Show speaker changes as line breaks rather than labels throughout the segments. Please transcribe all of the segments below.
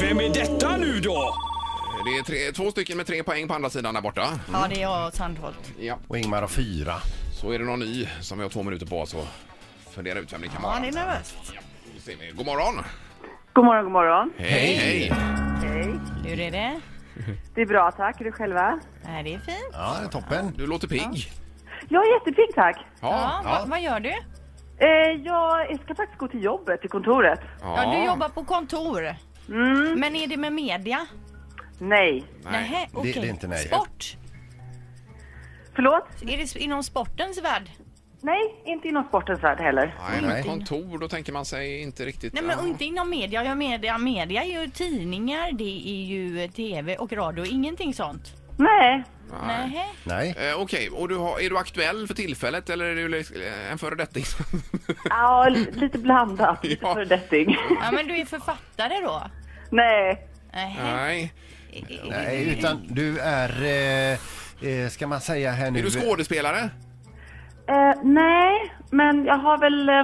Vem är detta nu då?
Det är tre, två stycken med tre poäng på andra sidan där borta.
Ja, det är jag Sandholt.
Ja.
Och Ingmar har fyra.
Så är det någon ny som vi har två minuter på oss att fundera ut vem det kan
Ja,
vara.
det är nervöst.
Då ser vi. God morgon!
God morgon, god morgon.
Hej, hej!
Hur är det?
Det är bra, tack. Är du själva?
Nej, det är fint.
Ja, det är toppen.
Du låter pigg.
Jag är jättepigg, tack.
Ja, Va, vad gör du?
Eh, jag ska faktiskt gå till jobbet, till kontoret.
Ja. du jobbar på kontor. Men är det med media?
Nej.
Nej.
Nähä, okej.
det är inte nej.
Sport?
Förlåt?
Är det inom sportens värld?
Nej, inte inom sportens värld heller.
Nej, men
Nej.
kontor, då tänker man sig inte riktigt...
Nej, men och inte inom media. Jag media. Media är ju tidningar, det är ju tv och radio, ingenting sånt.
Nej.
Nähä.
Nej.
Eh, Okej, och du har, är du aktuell för tillfället eller är du li- en föredetting?
Ja, l- lite blandat. Lite
Ja.
föredetting.
Ja, men du är författare då?
Nej.
Nähä.
Nej.
Nej, utan du är... eh, Eh, ska man säga här nu...
Är du skådespelare?
Eh, nej, men jag har väl... Eh,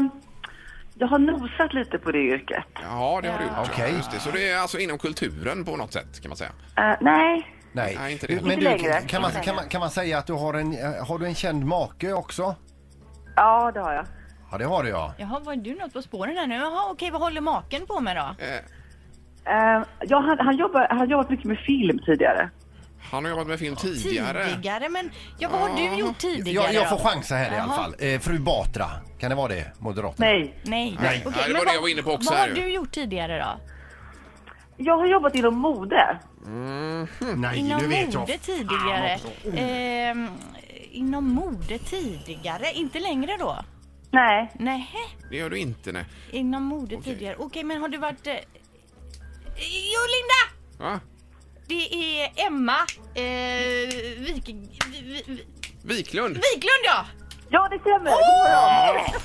jag har nosat lite på det yrket.
Ja, det har du gjort.
Okej.
Just det. Så det är alltså inom kulturen på något sätt kan man säga.
Eh, nej.
Nej.
Nej, inte det.
Men
Inte
du,
längre.
kan, man,
Inte
kan, man, kan man säga att du har en... eh, Har du en känd make också?
Ja, det har jag.
Ja, det har du ja.
Jaha, var du något på spåren här nu? Jaha, okej, vad håller maken på med då?
Eh,
Eh, ja, han, han, jobbar, han har jobbat mycket med film tidigare.
han har jobbat med film tidigare.
Tidigare, men ja, vad har du gjort tidigare
Jag, jag får
då?
chansa här i alla
Jaha.
fall. Eh, fru Batra. Kan det vara det? Moderaterna?
Nej.
Nej.
Nej.
Okej,
Nej, det var
men
det
vad-
jag var inne på också
Vad
här
har
ju.
du gjort tidigare då?
Jag har jobbat inom mode.
Nej,
Inom mode tidigare?
oh.
Ehm, inom mode tidigare? Inte längre då?
Nej.
Nej,
Det gör du inte, nej.
inom mode
Okej.
tidigare. Okej, men har du varit... Eh... Jo, Linda!
Va?
Det är Emma eh, Vik... Vi- Vi- Vi-
Wiklund?
Wiklund, ja!
Ja, det stämmer. God morgon.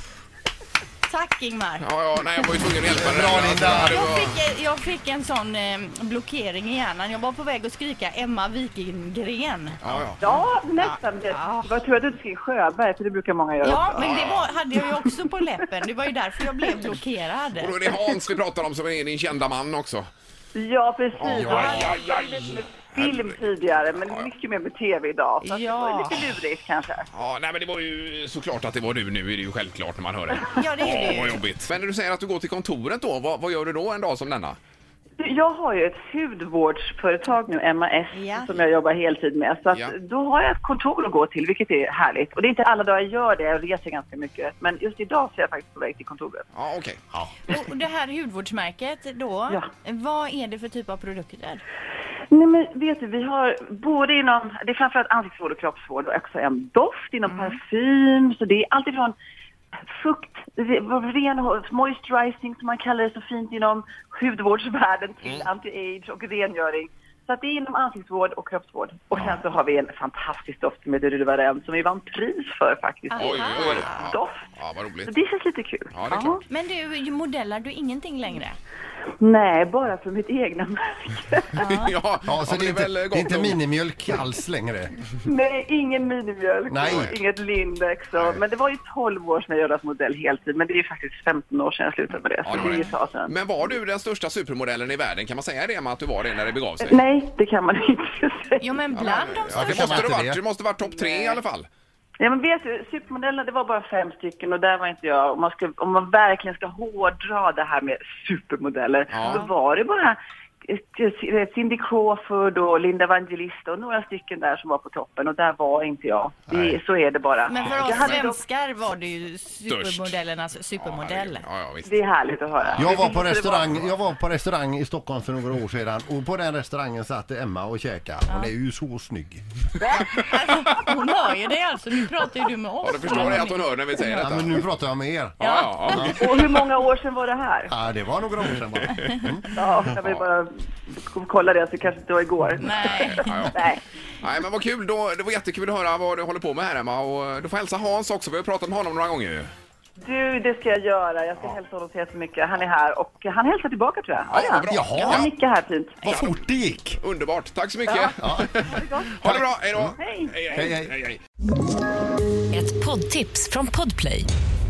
Tack, Ingmar.
Ja, ja, nej, jag var ju tvungen att hjälpa dig.
Bra,
Alltså,
Linda.
det
Jag
var-
fick, jag fick en sån eh, blockering i hjärnan. Jag var på väg att skrika Emma Wikingren.
Ja, ja.
Ja, nästan. Det
Ja.
var tur att du inte skrev Sjöberg, för det brukar många göra.
Ja, men det var, hade jag ju också på läppen. Det var ju därför jag blev blockerad.
Och då är det Hans vi pratar om som är din kända man också.
Ja, precis.
Ja, ja, ja, ja.
Jag hade lite med film tidigare, men mycket mer med tv idag. Så att
Ja.
det var lite lurigt kanske.
Ja, nej men det var ju såklart att det var du nu, är det ju självklart när man hör det.
Ja, det är det
Åh, vad
ju.
jobbigt. Men när du säger att du går till kontoret då, vad, vad gör du då en dag som denna?
Du, Jag har ju ett hudvårdsföretag nu, MAS,
Ja.
som jag jobbar heltid med. Så att
Ja.
då har jag ett kontor att gå till, vilket är härligt. Och det är inte alla dagar jag gör det, jag reser ganska mycket. Men just idag så är jag faktiskt på väg till kontoret.
Ja, okej.
Och det här hudvårdsmärket då,
Ja.
vad är det för typ av produkter?
Nej men vet du, vi har både inom, det är framförallt ansiktsvård och kroppsvård och också en doft inom
Mm.
parfym. Så det är allt ifrån fukt, re- ren hår- moisturizing som man kallar det så fint inom hudvårdsvärlden
Mm.
till anti-age och rengöring. Så att det är inom ansiktsvård och kroppsvård. Och sen så har vi en fantastisk doft som heter Rudivaren som vi vann pris för faktiskt.
Oj, oj, oj. Ja,
Doft.
ja vad roligt.
Så det känns lite kul.
Ja, det är klart.
Men du, modellar du ingenting längre?
Nej, bara för mitt egna märke.
Ja,
Ja, så
men
det är inte,
väl
det
gott
är inte
nog.
minimjölk alls längre.
Nej, ingen minimjölk
Nej.
och inget Lindex. Och, men det var ju 12 år sedan jag jobbade som modell heltid. Men det är ju faktiskt 15 år sedan jag slutade med det.
Ja,
Så
det
det
var
är ju
det.
ett tag sedan.
Men var du den största supermodellen i världen? Kan man säga det med att du var det när det begav sig?
Nej, det kan man inte säga.
Jo men bland de
Ja, det
största.
måste du ha varit.
det.
Du måste ha varit topp tre i alla fall.
Ja, men vet du, supermodellerna det var bara fem stycken och där var inte jag. Om man, ska, om man verkligen ska hårdra det här med supermodeller
Ja.
så var det bara eh, Cindy Crawford och Linda Evangelista och några stycken där som var på toppen och där var inte jag. Det, så är det bara.
Men
Jag
för oss
hade dock-
svenskar var du ju supermodellernas supermodell.
Ja, ja, visst.
Det är härligt att höra.
Jag var,
Det
på
måste det
restaurang, jag var på restaurang i Stockholm för några år sedan och på den restaurangen satt Emma och käkade. Hon är ju så snygg.
Hon hör ju dig alltså, nu pratar ju du med oss.
Ja, du förstår det att hon hör när vi säger
Ja,
detta.
men nu pratar jag med er.
Ja, ja, ja.
Och hur många år sedan var det här?
Ja, det var några år sedan bara. Mm.
Ja, jag vill bara kollade det, så kanske inte var igår.
Nej.
Ja, ja.
Nej.
Nej, men vad kul. Då, det var jättekul att höra vad du håller på med här Emma. Och eh, du får hälsa Hans också. Vi har pratat med honom några gånger ju.
Du, det ska jag göra. Jag ska hälsa honom så jättemycket. Han är här och han hälsar tillbaka tror jag.
Ja, vad
det
bra.
är han.
Jaha.
Han nickar här fint.
Vad fort det gick!
Underbart. Tack så mycket. Ha det bra. Hej då.
Hej.
hej,
Hej, hej.
hej, hej, hej.
Ett poddtips från Podplay.